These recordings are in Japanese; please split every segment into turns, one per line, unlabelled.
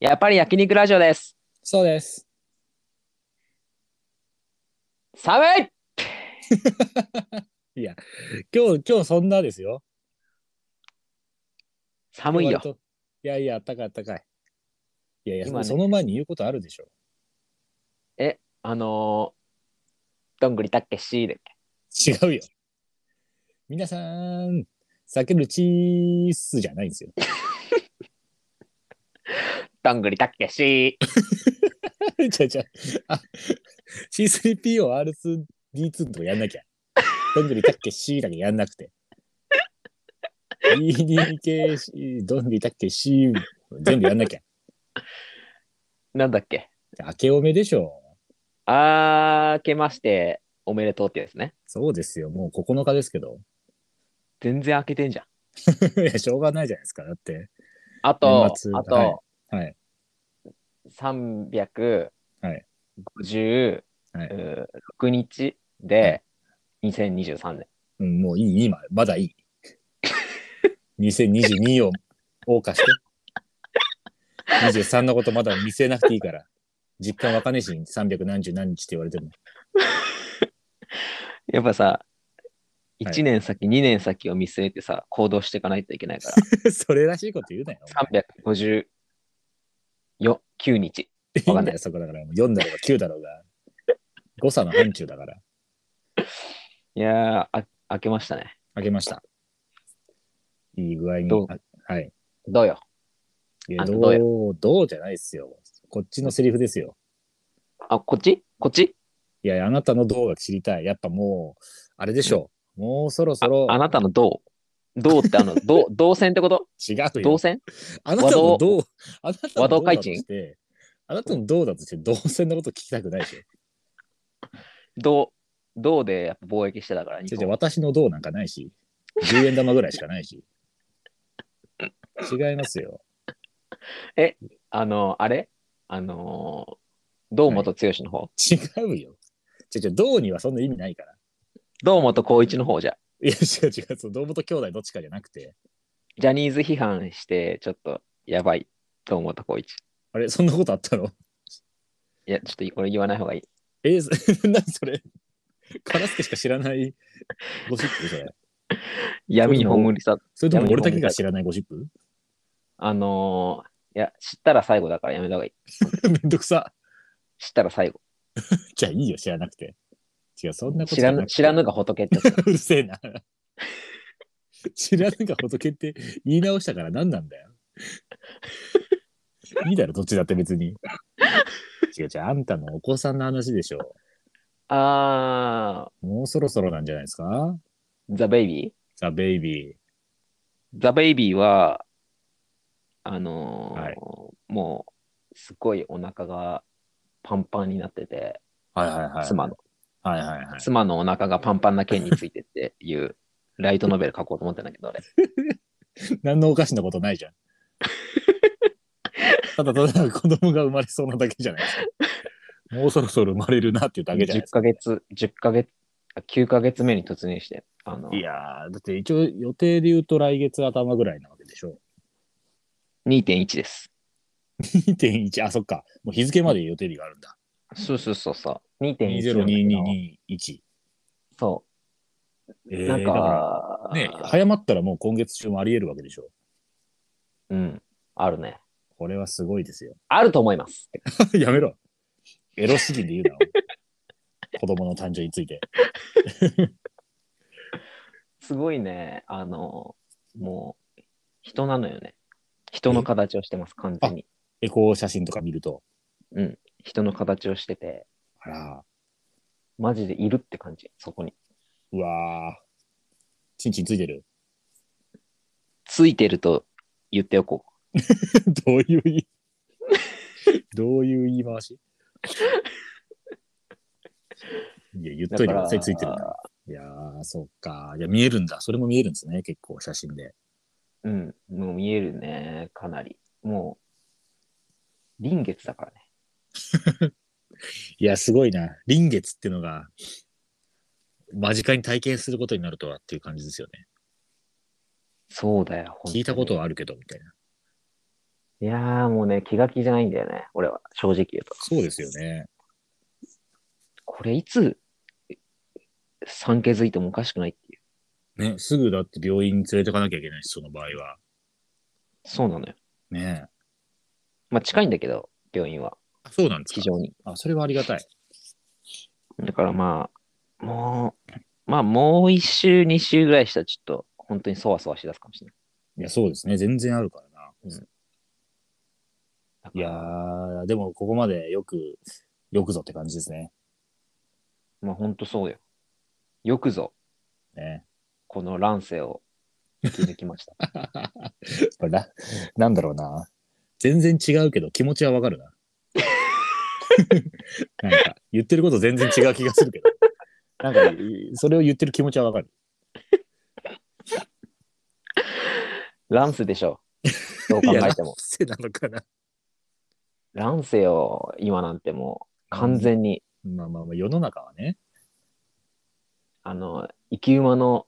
やっぱり焼肉ラジオです。
そうです。
寒い
今日、今日そんなですよ。
寒いよ
割。と。いやいや、あったかいあったかい。いやいや、
今ね
その前に言うことあるでしょ。
あのー、どんぐりたけしで。
違うよ。皆さん、叫ぶチースじゃないんですよ。
どんぐりたけし。
ちゃちゃ。あ、C3PO、R2、D2 とかやんなきゃ。どんぐりたっけしーだけやんなくて。EDKC、どんぐりたっけしー、全部やんなきゃ。
なんだっけ
明けおめでしょう。
あー、明けまして、おめでとうってやつね。
そうですよ。もう9日ですけど。
全然開けてんじゃん。
いや、しょうがないじゃないですか。だって。
あと、あ
年末
と、
はいはい。
356
はい
日
はいう
で、2023年。
うん、もういい、今、まだい い。2022を謳歌して。23のことまだ見せなくていいから。実感わかねえし、300何十何日って言われても。
やっぱさ、1年先、2年先を見据えてさ、行動していかないといけないから。
それらしいこと言うなよ。
359日。
いい
わか
ん
んな
だ
い
よ、そこだから。もう4だろうが9だろうが。誤差の範疇だから。
いやー、あ開けましたね。
あげました。いい具合に。
どう
あはい。
どうよ。
いや
あ
ど
どう
う、どうじゃないですよ。こっちのセリフですよ。
あ、こっちこっち
いや、あなたのどうが知りたい。やっぱもう、あれでしょう。もうそろそろ
あなたのどうどうってあの、 どう動線ってこと
違うよ
動。線
あなたのどう、あなたの
和
ど
道
うだ
開
と
陳
して、あなたのどうだとして、同性のこと聞きたくない でしょ。
どうどうでやっぱ貿易してたから、日
違う違う
本
私のどうなんかないし、10円玉ぐらいしかないし。 違いますよ。
あの、あれあのー、堂本剛の方、
違うよ。違う違う、どうにはそんな意味ないから。
堂本光一の方じゃ。
いや、違う違う、その堂本兄弟どっちかじゃなくて、
ジャニーズ批判して、ちょっとやばい。堂本光一。
あれ、そんなことあったの
いや、ちょっとこれ言わない方がいい。
えー、 そ何それカラスケしか知らないゴシップそれ。
闇に葬りさ、
それとも俺だけが知らないゴシップ
あのー、いや、知ったら最後だからやめた方がいい。
めんどくさ。
知ったら最後。
じゃあいいよ、知らなくて。違う、そんなこと
知
じゃ
ら
な
ぬ、
くて
知らぬが仏ってやつ だ。
うるせえな。知らぬが仏って言い直したから何なんだよ。いいだろ、どっちだって別に。違う違う、あんたのお子さんの話でしょ。
あ
もうそろそろなんじゃないですか
ー、ザ・ベイビー
ザ・ベイビー。
ザ・ベイビーは、あのー
はい
もう、すごいお腹がパンパンになってて、
はいはいはい。
妻の、
はいはいはい。
妻のお腹がパンパンな件についてっていう、ライトノベル書こうと思ってんだけど、俺。
何のおかしなことないじゃん。ただただ子供が生まれそうなだけじゃないですか。もうそろそろ生まれるなっていうだけじゃ
10
ないですか。
ヶ月、10ヶ月、あ9ヶ月目に突入して、あの、
いやー、だって一応予定で言うと来月頭ぐらいなわけでしょ。
2.1です。
2.1、あ、そっか。もう日付まで予定日があるんだ。
そうそうそうそう。2.1なんだけど。
202221。
そ
え
う。
ー、
なん
だか
か、
らね、早まったらもう今月中もあり得るわけでしょ。
うん、あるね。
これはすごいですよ。
あると思います。
やめろ。エロ主義で言うな。 子供の誕生について。
すごいね、あの、もう、人なのよね。人の形をしてます、完全に。
エコー写真とか見ると。
人の形をしてて、
あら、
マジでいるって感じ、そこに。
うわー。ちんちんついてる。
ついてると言っておこう。
どういう言い、どういう言い回し いや、言っといてください、ついてるんだ。いやー、そっか。いや、見えるんだ。それも見えるんですね。結構、写真で。
うん、もう見えるね、かなり。もう、臨月だからね。
いや、すごいな。臨月っていうのが、間近に体験することになるとはっていう感じですよね。
そうだよ、
聞いたこと
は。
はあるけど、みたいな。
いやーもうね、気が気じゃないんだよね、俺は、正直言うと。
そうですよね。
これいつ、産気づいてもおかしくないっていう。
ね、すぐだって病院に連れてかなきゃいけないし、その場合は。
そうなのよ。
ねえ
まあ近いんだけど、病院は、
あそうなんです
非
か。
常に。
あ、それはありがたい。
だからまあ、もう、まあもう一週、二週ぐらいしたらちょっと、本当にそわそわしだすかもしれない。
いや、そうですね。全然あるからな。
うんだか
い
ら
やー、でもここまでよく、よくぞって感じですね。
まあ本当そうだよ。よくぞ、
ね。
この乱世を気づきました。
これな、なんだろうな。全然違うけど気持ちはわかる な。なんか、言ってること全然違う気がするけど。なんか、いそれを言ってる気持ちはわかる。
乱世でしょ。どう考えても。
せなのかな。
乱世よ、今なんてもう、完全に、
まあまあまあ、世の中はね。
あの、生き馬の、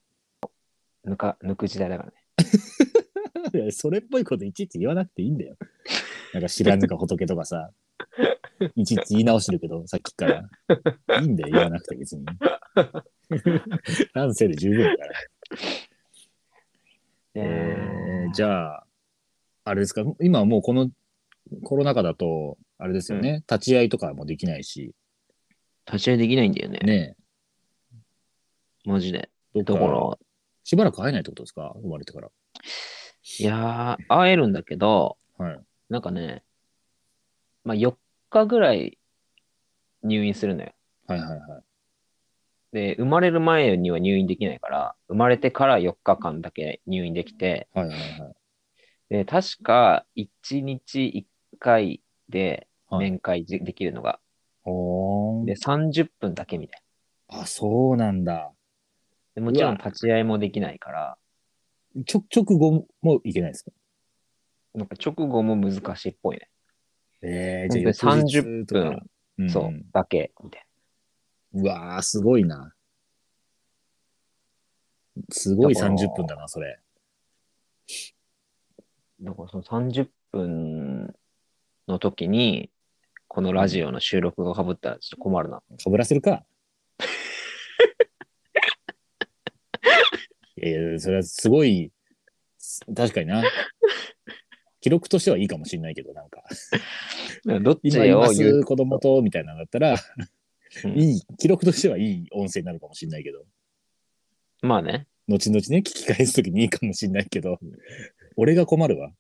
抜か、抜く時代だからね。
いやそれっぽいこといちいち言わなくていいんだよ。なんか知らぬか仏とかさ、いちいち言い直してるけど、さっきから。いいんだよ、言わなくて 別に。なんせで十分だから。えーじゃあ、あれですか、今はもうこのコロナ禍だと、あれですよね、立ち会いとかもできないし、
立ち会いできないんだよね。
ね
マジで。
え、
だ
どっ
か、
からしばらく会えないってことですか生まれてから。
いやー、会えるんだけど、
はい。
なんかね、まあ4日ぐらい入院するのよ。
はいはいはい。
で、生まれる前には入院できないから、生まれてから4日間だけ入院できて、
はいはいはい。
で、確か1日1回で
はい
面会じできるのが、
ほー
で、
ん。
30分だけみたい
あ、そうなんだ。
な。でもちろん
うわ
立ち会いもできないから、
ちょ、直後もいけないですか
なんか直後も難しいっぽいね。
ええ
で
翌日
30
とか
分、そう、だけ、みたい
うん。うわー、すごいな。すごい
だから
30分だな、それ。
な。だからその30分の時に、このラジオの収録がかぶったらちょっと困るな。
かぶらせるか。 いやいや、それはすごい、す確かにな。記録としてはいいかもしれないけど、なんか、
どっち
今いま
を言
す
う、
子供とみたいなのだったら、
うん
いい、記録としてはいい音声になるかもしれないけど、
まあね、
後々ね、聞き返すときにいいかもしれないけど、俺が困るわ。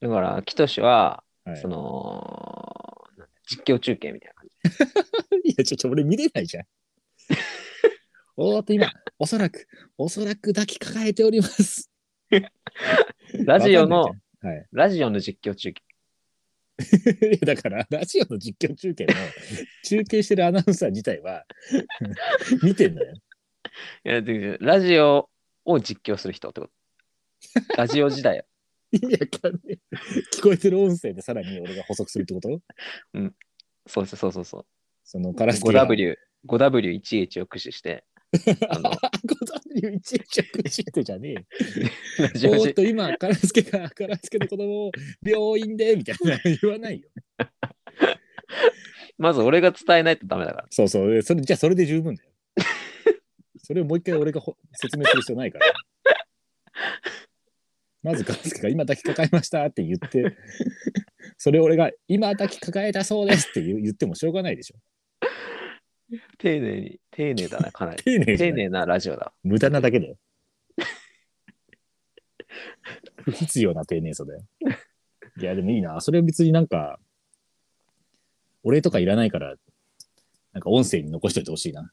だから、キトシは、
はい
その、なんだ実況中継みたいな感じ。
いや、ちょ、ちょ、俺見れない じゃん。おーっと今、おそらく、おそらく抱きかかえております。
ラジオの
わかんないじ
ラジオの実況中継。
ゃ ん。はい。いやだから、ラジオの実況中継の、中継してるアナウンサー自体は、見てんだよ。
いや、でラジオを実況する人ってこと。ラジオ時代。
意味わかんない。聞こえてる音声でさらに俺が補足するってこと
そうそうそうそうそう。
そのカラスケが
5W、5W1H を駆使して、 あの、
5W1 着地ってじゃねえよ。
ラジオ
おーっ
時
と今、カラスケが、カラスケの子供を病院で、みたいな言わないよ。
まず俺が伝えないとダメだから。
そうそう。でそれじゃあ、それで十分 だよ。それをもう一回俺がほ説明する必要ないから。まず、ガスケが今抱きかかえましたって 言って、それを俺が今抱きかかえたそうですって言う言ってもしょうがないでしょ。
丁寧に、丁寧だな、かなり。
丁寧じゃ
丁
ない
寧なラジオだ。
無駄なだけだよ。不必要な丁寧さだよ。いや、でもいいな。それは別になんか、お礼とかいらないから、なんか音声に残しといてほしいな。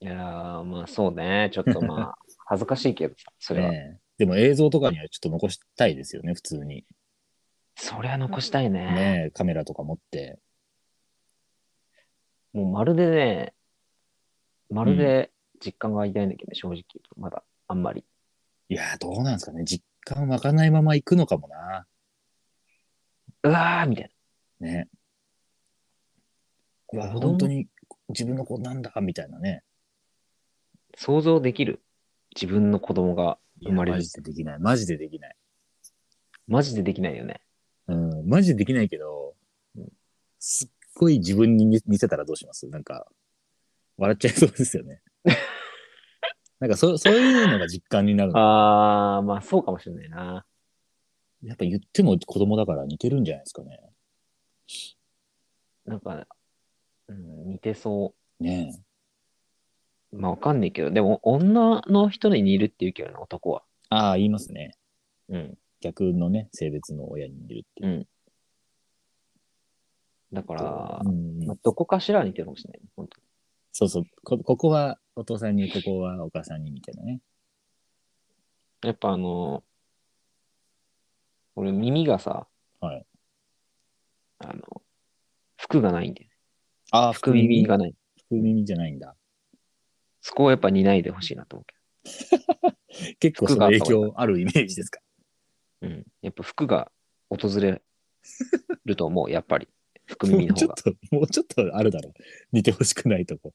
いやー、まあそうね。ちょっとまあ、恥ずかしいけど、それは。
ねえでも映像とかにはちょっと残したいですよね、普通に。
それは残したいね。
ねえカメラとか持って。
もうまるでね、まるで実感が湧いてないんだけどね、正直。まだ、あんまり。
いやー、どうなんですかね。実感湧かないまま行くのかもな。
うわーみたいな。
ね。うわ、
子供
本当に自分の子なんだ、みたいなね。
想像できる。自分の子供が生まれ
マ
る
ジ。でできない。マジでできない。
マジでできないよね。
うん、マジでできないけど、すっごい自分に見見せたらどうしますなんか、笑っちゃいそうですよね。なんかそ、そういうのが実感にな るの。
ああ、まあそうかもしれないな。
やっぱ言っても子供だから似てるんじゃないですかね。
なんか、うん、似てそ
ねえ。
う。まあわかんないけど、でも女の人に似るって言うけどね、男は。
ああ、言いますね。
うん。
逆のね、性別の親に似るっていう。
だから、
うん
まあ、どこかしら似てるかもしれない。本当に
そうそうこ。ここはお父さんに、ここはお母さんにみたいなね。
やっぱあの、俺耳がさ、
はい
あの、服がないんだよね。
ああ、
服耳が。ない。
福耳じゃないんだ。
そこをやっぱ担いでほしいなと思う
結構その影響あるイメージですか。
けど。うん。やっぱ服が訪れると思う、やっぱり。服
も
耳
う
の
ち
方
ょっ
が。
と、もうちょっとあるだろう。似てほしくないと こ。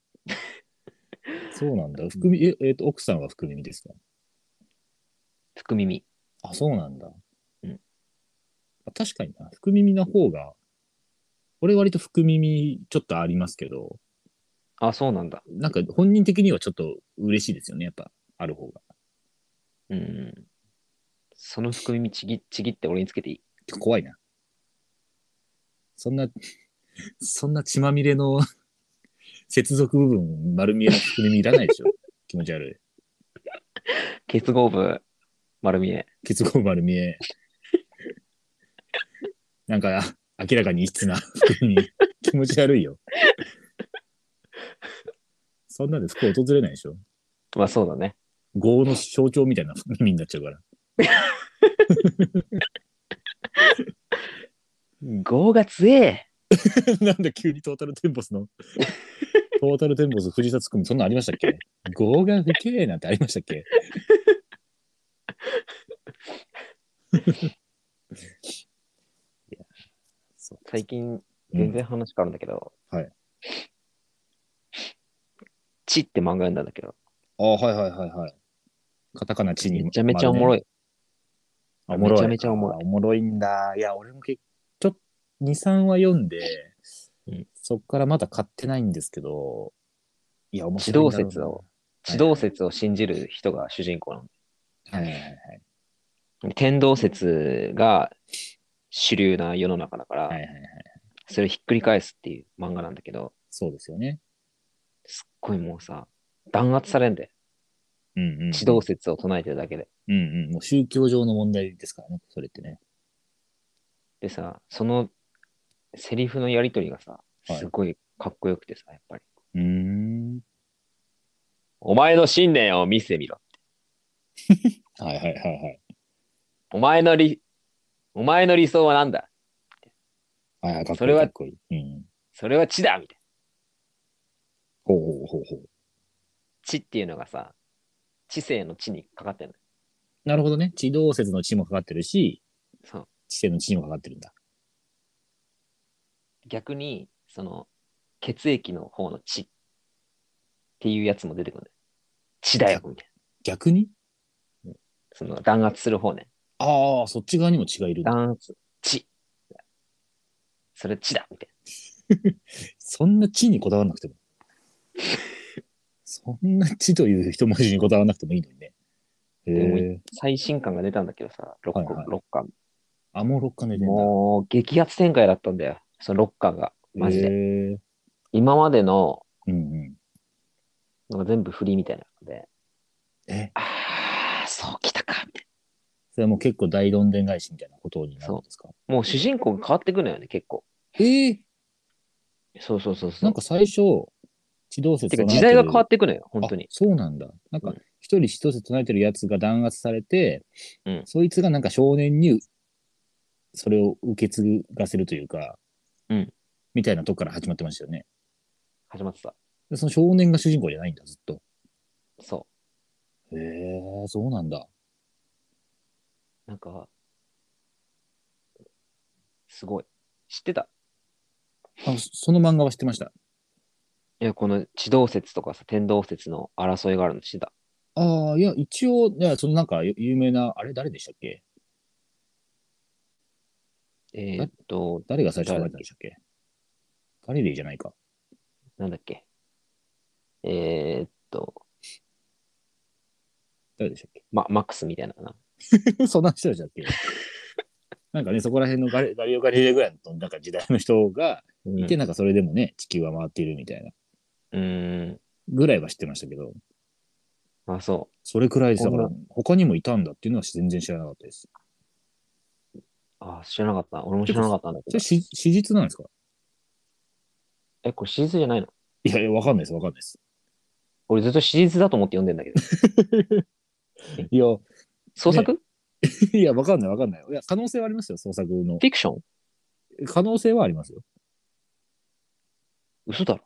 そうなんだ。福耳、え、えーと、奥さんは福耳ですか
服耳。
あ、そうなんだ。
うん
あ確かにな。福耳の方が、俺割と福耳ちょっとありますけど、
あ、そうなんだ。
なんか本人的にはちょっと嬉しいですよね。やっぱ、ある方が。
うん。その含みちぎちぎって俺につけていい
怖いな。そんな、 そんな血まみれの 接続部分丸見えの福耳いらないでしょ。気持ち悪い。
結合部、丸見え。
結合丸見え。なんか、あ明らかに異質な 服に気持ち悪いよ。そんなんで服訪れないでしょ
まあそうだね。
豪の象徴みたいな 耳になっちゃうから。
業が強え
なんだ急にトータルテンボス のトータルテンボス藤田つくみそんなんありましたっけ豪が不敬なんてありました っけいやそう
最近、全然話変わるんだけど。
はい。
チって漫画読んだんだけど、
ああ、はいはいはいはい。カタカナチに。
めちゃめちゃおもろ
い。
い。
おもろい。
めちゃめちゃおもろい
あおもろいんだ。いや、俺も結ちょっと、2、3話読んで、
うん
そっからまだ買ってないんですけど、いや、面
地
白
動
いんだろうな。
説を、地動説を信じる人が主人公な
はいはいはい
の。天動説が主流な世の中だから、
はいはいはいはい。
それをひっくり返すっていう漫画なんだけど、
そうですよね。
すっごいもうさ、弾圧されんで、
うんうん。
地動説を唱えてるだけで。
うんうん。もう宗教上の問題ですからね、それってね。
でさ、そのセリフのやりとりがさ、
はい
すごいかっこよくてさ、やっぱり。
うーん。
お前の信念を見せてみろ。
はいはいはいはい。
お前の理、お前の理想は何だ
はいはい、かっこいい。
それは
かっこいい。うん。
それは地だみたいな。
ほうほうほうほう。
地っていうのがさ、知性の地にかかってるのよ。
なるほどね。地動説の地もかかってるし、
そう。
地性の地にもかかってるんだ。
逆に、その、血液の方の地っていうやつも出てくるんだよ。地だよみたいな。
逆に
その弾圧する方ね。
ああ、そっち側にも血がいるんだ。
弾圧、地。それ地だみたい
そんな地にこだわらなくても。そんな地という一文字にこだわらなくてもいいのにね。へ
でも
え。
な。最新刊が出たんだけどさ、6
はいはい
巻、六巻。
あ、もう六巻で出てんだ。
もう激アツ展開だったんだよ。その6巻が。マジ
へ
で。
え
今までの、
うんうん。
なんか全部振りみたいなので、
え、
ああ、そうきたか、みたい
それはもう結構大どんでん返しみたいなことになるんですか
な。もう主人公が変わってくのよね、結構。
ええ
そうそうそうそう。
なんか最初、地動説、
てか時代が変わっててくのよ、本当
あ
に。
そうなんだ。なんか
うん、
一人地動説唱えてるやつが弾圧されて、
うん
そいつがなんか少年に、それを受け継がせるというか、
うん
みたいなとこから始まってましたよね。
始まってた。
でその少年が主人公じゃないんだ、ずっと。
そ
へえ、そうなんだ。
う。なんか、すごい。知ってた
あそその漫画は知ってました。
いや、この地動説とかさ、天動説の争いがあるの知ってた。
ああ、いや、一応、いや、そのなんか、有有名な、あれ誰でしたっけ
えーっと、
誰が最初考えたんでしたっけガリレイじゃないか。
なんだっけ。えーっと、
誰でしたっ
ま、マックスみたいなのかな。
け そんな人でしたっけなんかね、そこら辺のガリガリオ・ガリレイぐらいのなんか時代の人が
うん
いて、なんかそれでもね、地球は回っているみたいな
うーん。
ぐらいは知ってましたけど、
あ、そ
それくらいですだから
う、
他にもいたんだっていうのは全然知らなかったです。
う。あ、知らなかった。俺も知らなかったんだけど
それ。史史実なんですか
え、これ史実じゃないの
いやいや、わかんないです、わかんないです。
俺ずっと史実だと思って読んでんだ けど。
いや、
創作、
いや、わかんない、わかんない。いや、可能性はありますよ、創作の。
フィクション
可能性はありますよ。
嘘だろ。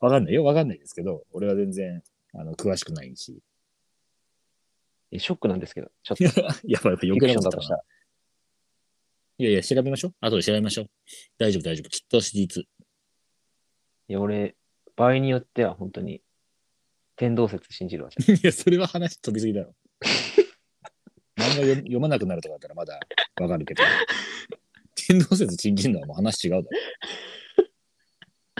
わかんないよ、わかんないですけど、俺は全然、あの、詳しくないし。
え、ショックなんですけど。ちょっ
い
と
や、 やばい、やばい、余
フィ
計なこと
クションだとし
したた。いやいや、調べましょう。後で調べましょう。大丈夫、大丈夫。きっと史実。
いや、俺、場合によっては本当に、天動説信じるわ。
いや、それは話飛びすぎだろ。漫画読読まなくなるとかだったらまだわかるけど。天動説信じるのはもう話違うだろ。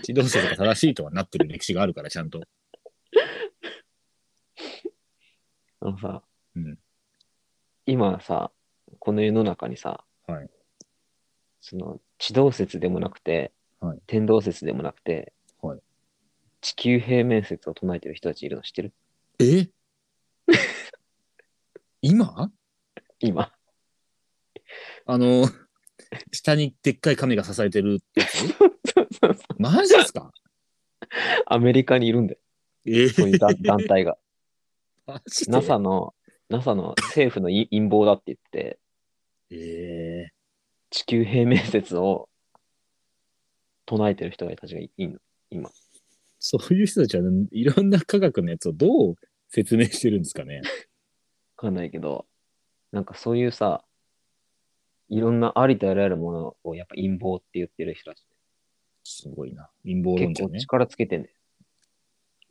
地動説が正しいとはなってる歴史があるから、ちゃんと。
あのさ、
うん
今さ、この世の中にさ、
はい
その地動説でもなくて、
はい
天動説でもなくて、
はい
地球平面説を唱えてる人たちいるの知ってる
え今
今。
あの、下にでっかい神が支えてるってやつ
そうそうそう
マジですか
アメリカにいるんだよ、
え
そう いうだ団体が。
マジで
NASA の、NASA の政府のい陰謀だって言って、
え
地球平面説を唱えてる人たちがいいんの。
そういう人たちは、いろんな科学のやつをどう説明してるんですかね
わかんないけど、なんかそういうさ、いろんなありとあらゆるものをやっぱ陰謀って言ってる人たち、
すごいな。陰謀論
結
者
構
ね。
力つけてんだよ。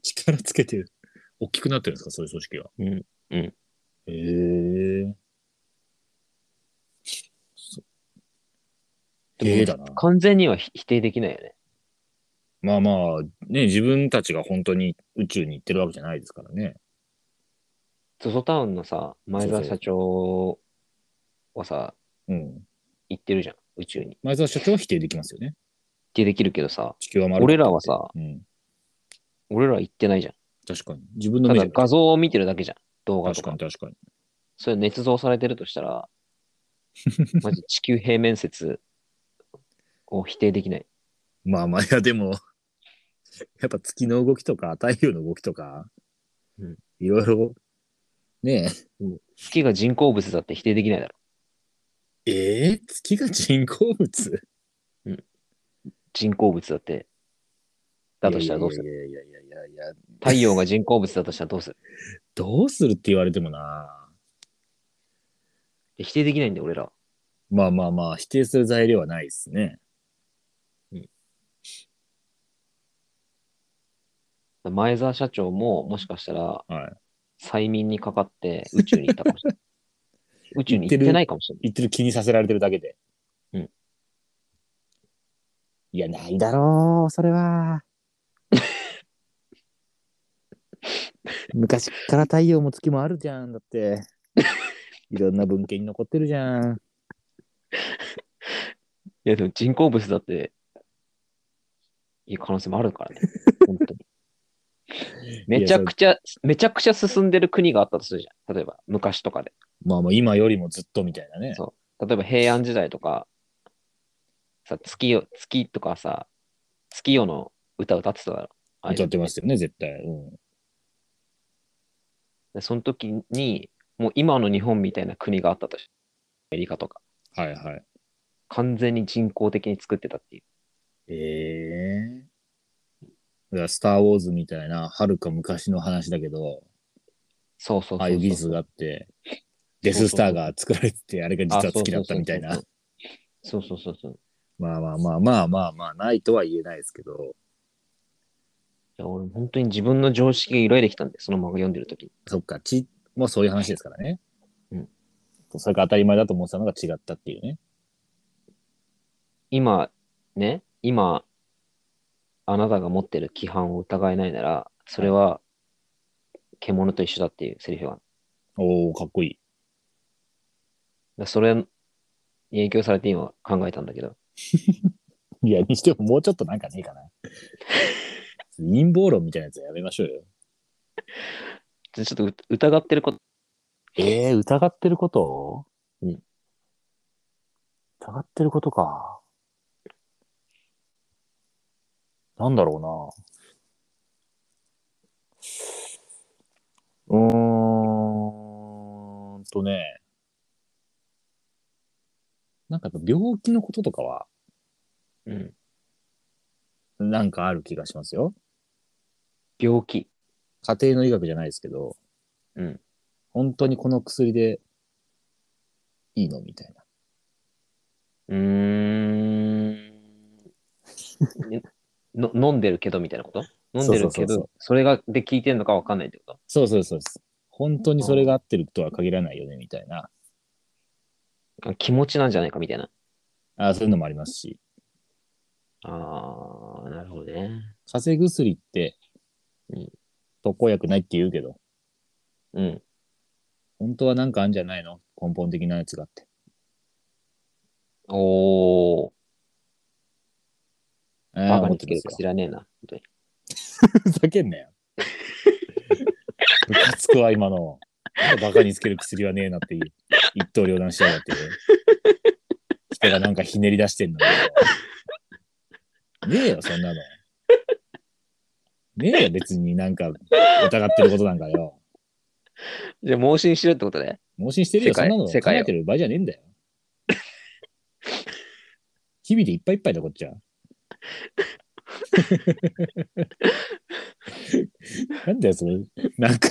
力つけてる。大きくなってるんですか、そういう組織は。
うん。うん。
へえ。そええだな。
完全には否否定できないよね。
まあまあ、ね、自分たちが本当に宇宙に行ってるわけじゃないですからね。
ゾゾタウンのさ、前澤社長はさ、
うん。
行ってるじゃん、宇宙に。
前澤社長は否定できますよね。
否定できるけどさ、
地球は丸かった
俺らはさ、
うん。
俺らは行ってないじゃん。
確かに。自分の
た
目じ
だ
ゃない
画像を見てるだけじゃん、動画とか
確か。に確かに。
それ捏造されてるとした ら、マジ地球平面説を否定できない。
まあまあ、いやでも、やっぱ月の動きとか太陽の動きとか、
うん
いろいろ、ね
月が人工物だって否定できないだろ。
え、えー月が人工物
人工物だって。だとしたらどうする
いやいやいやいやいやいや、
太陽が人工物だとしたらどうする
どうするって言われてもな。
で否定できないんだよ、俺らは。
まあまあまあ、否定する材料はないですね。
前澤社長ももしかしたら
はい。
催眠にかかって宇宙に行ったかもしれ ない。宇宙に行ってないかもしれない。
言ってる気にさせられてるだけで。
うん。
いや、ないだろう、それは。 昔から太陽も月もあるじゃん、だって。いろんな文献に残ってるじゃん。
いや、でも人工物だって、いう可能性もある からね。本当に。めちゃくちゃ、めちゃくちゃ進んでる国があったとするじゃん。例えば、昔とかで。
まあまあ、今よりもずっとみたいなね。
例えば平安時代とか、さ、月夜、月とかさ、月夜の歌歌ってただろ。ああいう
歌
の
ってましたよね、絶対。うん。
でその時に、もう今の日本みたいな国があったとしアメリカとか、
はいはい。
完全に人工的に作ってたっていう。
ええだからスター・ウォーズみたいな、はるか昔の話だけど、
そうそうそうそう。
ああいう技術があって、デススターが作られてて、あれが実は月だったみたいな。。
そうそうそうそうそうそうそうそう。
まあまあまあまあまあまあ、ないとは言えないですけど、
いや俺、本当に自分の常識が揺らいできたんで、その漫画読んでる時に。
そっか、ちもうそういう話ですからね。
うん。
そうそれが当たり前だと思ってたのが違ったっていうね。
今、ね、今、あなたが持ってる規範を疑えないなら、それは、獣と一緒だっていうセリフがある。だか
おおかっこいい。
らそれに影響されて今考えたんだけど、
いや、にしてももうちょっとなんかね えかな。陰謀論みたいなやつはやめましょうよ。
ちょちょっとう疑ってること、
ええ疑ってること
うん。
疑ってることか。なんだろうな。うーんとね。なんかやっぱ病気のこととかは、
うん、
なんかある気がしますよ。
病気。
家庭の医学じゃないですけど、
うん。
本当にこの薬でいいのみたいな。
うー ん。の飲んでるけどみたいなこと飲んでる
そうそう
け
そうそ
ど
う、
それがで効いてるのかわかんないってこと
そうそうそうです。本当にそれが合ってるとは限らないよね、みたいな。
あ気持ちなんじゃないかみたいな。
あーそういうのもありますし。
ああ、なるほどね。
風邪薬って
うん、
特効薬ないって言うけど、
うん。
本当はなんかあるんじゃないの根本的なやつがあって。
おー、
えー
バカ
思
に
って
つけ
ま
る
すよ
知らねえな。本当に
ふざけんなよ。ムカつくわ、今の。なんかバカにつける薬はねえなっていう一刀両断しやがって。人がなんかひねり出してんのに。ねえよ、そんなの。ねえよ、別になんか疑ってることなんかよ。
じゃあ、盲信しろってことで。
盲信してる
世
よ、そ
界
んなの
世
考
界を
えてる場合じゃねえんだよ。日々でいっぱいいっぱいだ、こっ ちは。なんだよ、それ。なんか、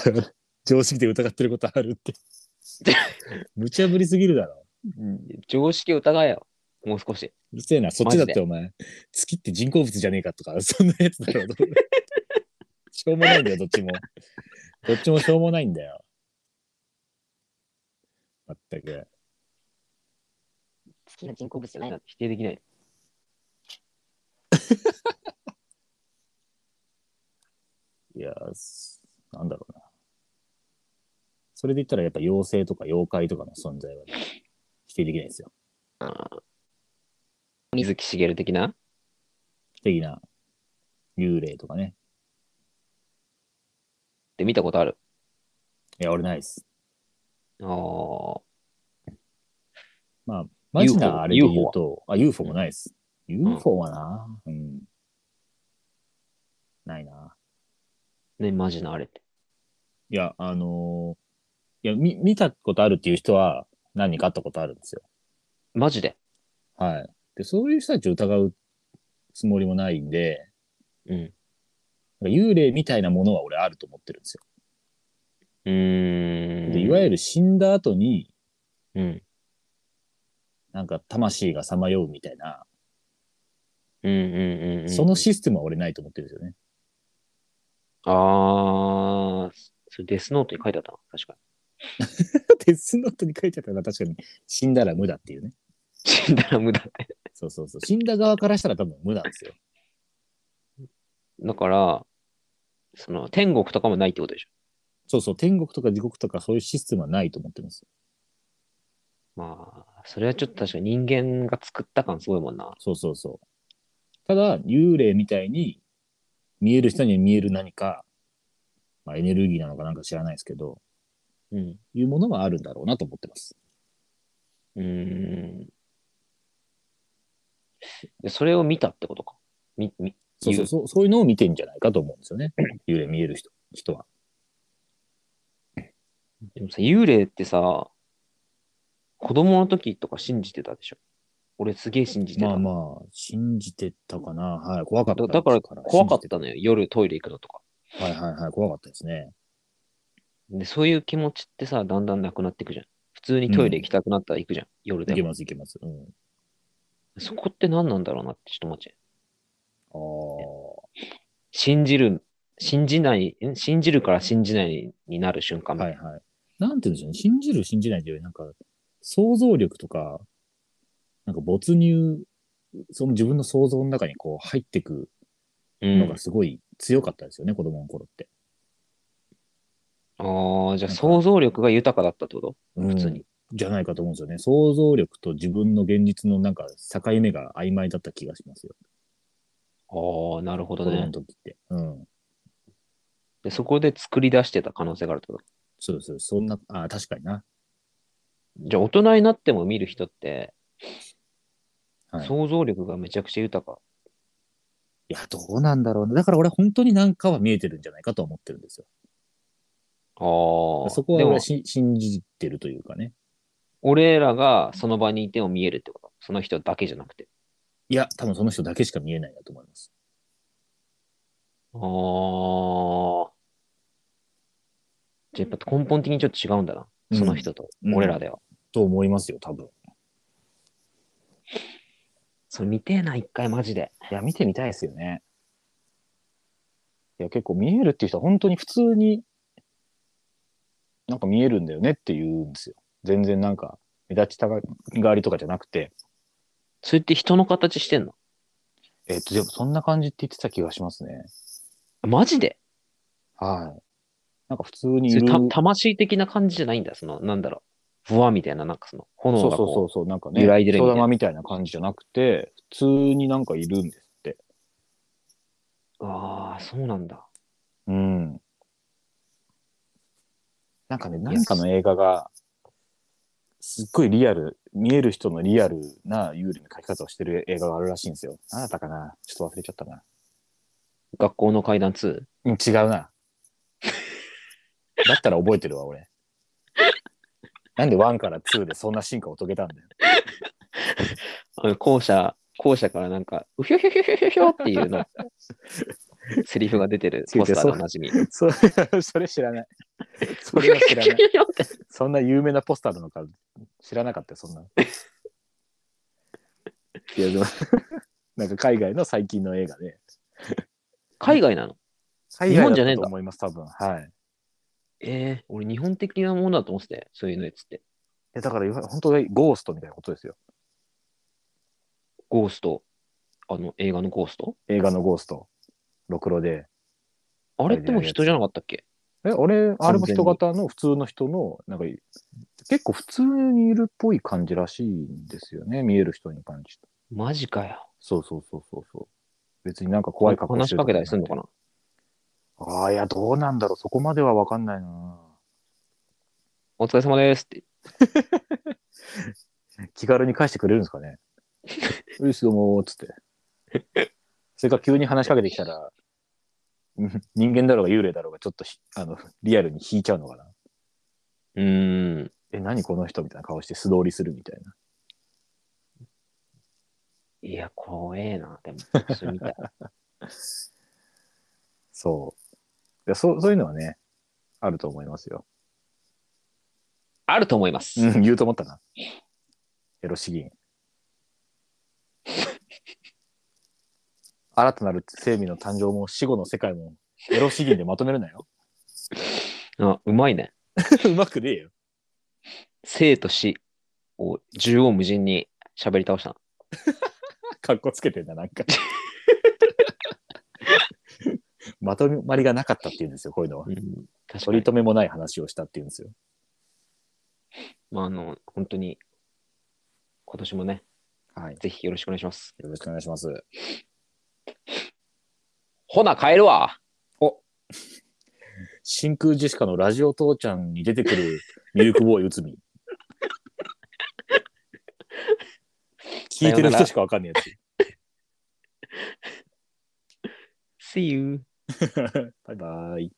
常識で疑ってることあるって。無茶ぶりすぎるだろ。
常識を疑えよ。もう少し。
うるせえな、そっちだっ
マジで
てお前、月って人工物じゃねえかとか、そんなやつだろ。 どうしょうもないんだよ、どっちも。どっちもしょうもないんだよ。まったく。
月が人工物じゃないなんて否定できない。
いやー、すなんだろうな。それで言ったらやっぱ妖精とか妖怪とかの存在は、否定できないですよ。
水木しげる的な
的な幽霊とかね。
って見たことある。
いや、俺ないです。
ああ。
マジなあれで言
UFO
うと、あ、UFO もないです。UFO はな、うん。ないな。
ね、マジなあれって。
いや、あのーいや、み、見たことあるっていう人は何人か会ったことあるんですよ。
マジで。
はい。で、そういう人たちを疑うつもりもないんで、
うん。
なんか幽霊みたいなものは俺あると思ってるんですよ。
うーん。
でいわゆる死んだ後に、
うん。
なんか魂がさまようみたいな、
うんうんうんうん。
そのシステムは俺ないと思ってるんですよね。
ああ、それデスノートに書いてあったな確かに。
デスノートに書いちゃったら確かに死んだら無だっていうね。
死んだら無駄って。
そうそうそう。死んだ側からしたら多分無なんですよ。
だから、その、天国とかもないってことでしょ。
そうそう。天国とか地獄とかそういうシステムはないと思ってますよ。
まあ、それはちょっと確かに人間が作った感すごいもんな。
そうそうそう。ただ、幽霊みたいに見える人には見える何か、まあ、エネルギーなのかなんか知らないですけど、
うん。
いうものはあるんだろうなと思ってます。
うーん。でそれを見たってことか。み、み、
そうそうそう。そういうのを見てんじゃないかと思うんですよね。幽霊見える人人は。
でもさ、幽霊ってさ、子供の時とか信じてたでしょ。俺すげえ信じてた。
まあまあ、信じてたかな。はい、怖かった
だ
です。
だから怖かっ
信じ
たのよ。夜トイレ行くのとか。
てた。はいはいはい、怖かったですね。
で、そういう気持ちってさ、だんだんなくなっていくじゃん。普通にトイレ行きたくなったら行くじゃん。夜
い
で
け
も。
ますいけます。うん。
そこって何なんだろうなって、ちょっと待って。
ああ
信じる、信じない、ん信じるから信じないになる瞬間。
ー、はいはい。なんて言うんでしょうね。信じる信じないというより、なんか、想像力とか、なんか没入、その自分の想像の中にこう入ってくのがすごい強かったですよね、子供の頃って。
ああ、じゃあ
なんか
想像力が豊かだったってこと普通に。
じゃないかと思うんですよね。想像力と自分の現実のなんか境目が曖昧だった気がしますよ。
ああ、なるほ
子
ど
供の
ね。
時って。うん。
で、そこで作り出してた可能性があるってこと
そうそう、そんな、あ確かにな。
じゃあ大人になっても見る人って、
はい
想像力がめちゃくちゃ豊か。
いや、どうなんだろうな。だから俺本当になんかは見えてるんじゃないかと思ってるんですよ。
ああ。
そこは
でも
俺し信じてるというかね。
俺らがその場にいても見えるってこと。その人だけじゃなくて。
いや、多分その人だけしか見えないなと思います。
ああ。じゃあやっぱ根本的にちょっと違うんだな。その人と、
うん
俺らでは。
と思いますよ、多分。
それ見てえな、一回マジで。
いや、見てみたいですよね。いや、結構見えるっていう人は本当に普通に、なんか見えるんだよねって言うんですよ。全然なんか、目立ちたがりとかじゃなくて、
それって人の形してんの
えっ、と、でもそんな感じって言ってた気がしますね。
マジで
はい。なんか普通にい
そ
る。
れた魂的な感じじゃないんだ。その、なんだろう。ふわみたいな、なんかその、
そ
炎
う
が
そ
こ
う
う
そうそう、なんかね、
揺らいでるみ
人
たいな
玉みたいな感じじゃなくて、普通になんかいるんですって。
ああ、そうなんだ。
うん。なんかね、なんかの映画が、すっごいリアル、見える人のリアルな有利な描き方をしてる映画があるらしいんですよ。何だったかなちょっと忘れちゃったな。
学校の階段 2?
うん、違うな。 だったら覚えてるわ、俺。なんで1から2でそんな進化を遂げたんだよ。
あの校舎、校舎からなんか、うひょひょひょひょひょひょっていう の、セリフが出てるポスターでおなじみ。
それ、それ知らない。それは知らない。
ひょひょひょって
そんな有名なポスターなのか知らなかったよ、 そんなの。いや、でも なんか海外の最近の映画で。
海外なの
海
外だったと
外だったと思います、多分。はい。
ええ俺日本的なものだと思ってたよそういうのやつって。
えだから、本当にゴーストみたいなことですよ。
ゴースト。あの、映画のゴースト
映画のゴースト。ろくろで。
あれってもう人じゃなかったっけ
え、俺、あれも
完全に
人型の普通の人の、なんか、結構普通にいるっぽい感じらしいんですよね。見える人に感じ。
マジかよ。
そうそうそうそうそう。別になんか怖い格好
話しかけたり
り
するのかな
ああ、いや、どうなんだろう。そこまではわかんないな。
お疲れ様ですって。
気軽に返してくれるんですかね。ういすどうもーっつって。それから急に話しかけてきたら、うん人間だろうが幽霊だろうが、ちょっとひあのリアルに引いちゃうのかな。
うーん。
え、何この人みたいな顔して素通りするみたいな。
いや、怖えな。でも、それ見たい。
そう。いやそうそういうのはね、あると思いますよ。
あると思います。
うん、言うと思ったな。エロ詩吟。新たなる生命の誕生も死後の世界もエロ詩吟でまとめるなよ。
あ、うまいね。
うまくねえよ。
生と死を縦横無尽に喋り倒したな。
かっこつけてんだ、なんか。まとまりがなかったって言うんですよ、こういうのは
う。ん、確か
取り
に。
留めもない話をしたって言うんですよ。
まあ、あの、本当に、今年もね、
はい。
ぜひよろしくお願いします。
よろしくお願いします。
ほな、帰るわ
真空ジェシカのラジオ父ちゃんに出てくるミルクボーイ内海。聞いてる人しかわかんないやつ。
!See you!
バイバイ。